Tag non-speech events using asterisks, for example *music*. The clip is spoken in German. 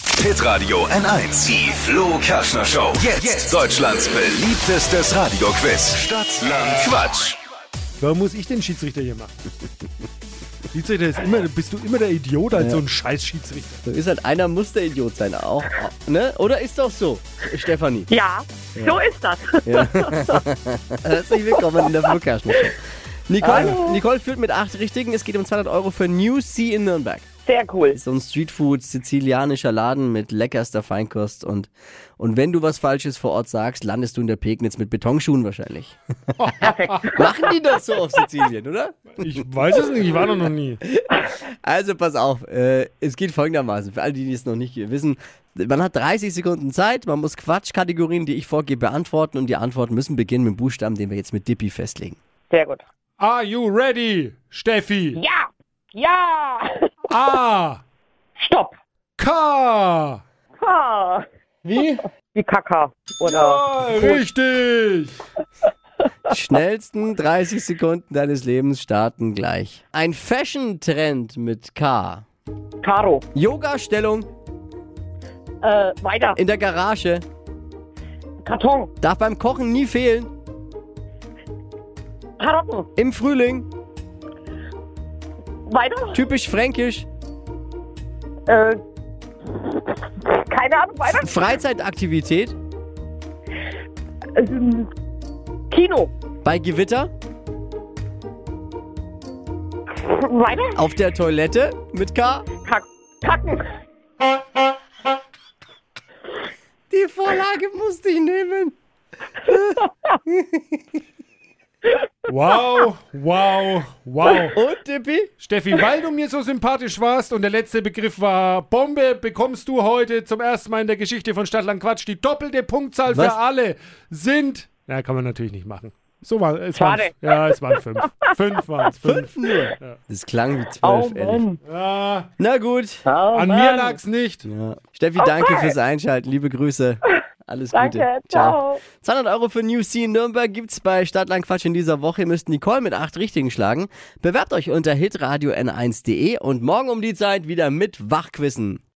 Hitradio N1. Die Flo Kaschner Show. Jetzt. Deutschlands beliebtestes Radioquiz. Stadt, Land, Quatsch. Warum muss ich den Schiedsrichter hier machen? *laughs* Schiedsrichter ist immer, bist du immer der Idiot als so ein scheiß Schiedsrichter. So ist halt, einer muss der Idiot sein. Auch, auch- ne? Oder ist doch so, Stefanie? Ja, so ist das. Äh, Herzlich willkommen in der Flugherrschung. Nicole, Nicole führt mit acht Richtigen. Es geht um 200 Euro für New Sea in Nürnberg. Sehr cool. So ein Streetfood, sizilianischer Laden mit leckerster Feinkost. Und, und wenn du was Falsches vor Ort sagst, landest du in der Pegnitz mit Betonschuhen wahrscheinlich. Perfekt. Machen die das so auf Sizilien, oder? Ich weiß es nicht, ich war doch noch nie. Also pass auf, äh, es geht folgendermaßen, für all die, die es noch nicht wissen, man hat 30 Sekunden Zeit, man muss Quatschkategorien, die ich vorgebe, beantworten und die Antworten müssen beginnen mit dem Buchstaben, den wir jetzt mit Dippi festlegen. Sehr gut. Are you ready, Steffi? Ja, ja. A, Stopp. K. Ha. Wie? Wie Kaka. Oder Ah, richtig. Die Schnellsten 30 Sekunden deines Lebens starten gleich. Ein Fashion-Trend mit K. Karo. Yoga-Stellung Äh, weiter. in der Garage. Äh, Karton. Darf beim Kochen nie fehlen. Karotten. Im Frühling. Weiter. Typisch fränkisch. Äh, keine Ahnung, weiter. Freizeitaktivität. Ähm, Kino. Bei Gewitter. Weiter. Auf der Toilette mit K. Kack. Kacken. Die Vorlage musste ich nehmen. Wow, wow, wow. Und Dippi? Steffi, *laughs* weil du mir so sympathisch warst und der letzte Begriff war Bombe, bekommst du heute zum ersten Mal in der Geschichte von Stadtland Quatsch die doppelte Punktzahl Was? für alle sind. Ja, kann man natürlich nicht machen. So war es. Schade. Waren, ja, es waren *laughs* fünf. Fünf waren es. Fünf. Nur. Das klang wie zwölf, Oh, ehrlich. Mann. Ja, Na gut. Oh, an Mann. mir lag's nicht. Ja. Steffi, danke fürs Einschalten. Liebe Grüße. Alles Gute. Danke. Ciao. 200 Euro für New Sea in Nürnberg gibt's bei Stadtland Quatsch in dieser Woche. Ihr müsst Nicole mit acht Richtigen schlagen. Bewerbt euch unter hitradio n1.de und morgen um die Zeit wieder mit Wachquissen.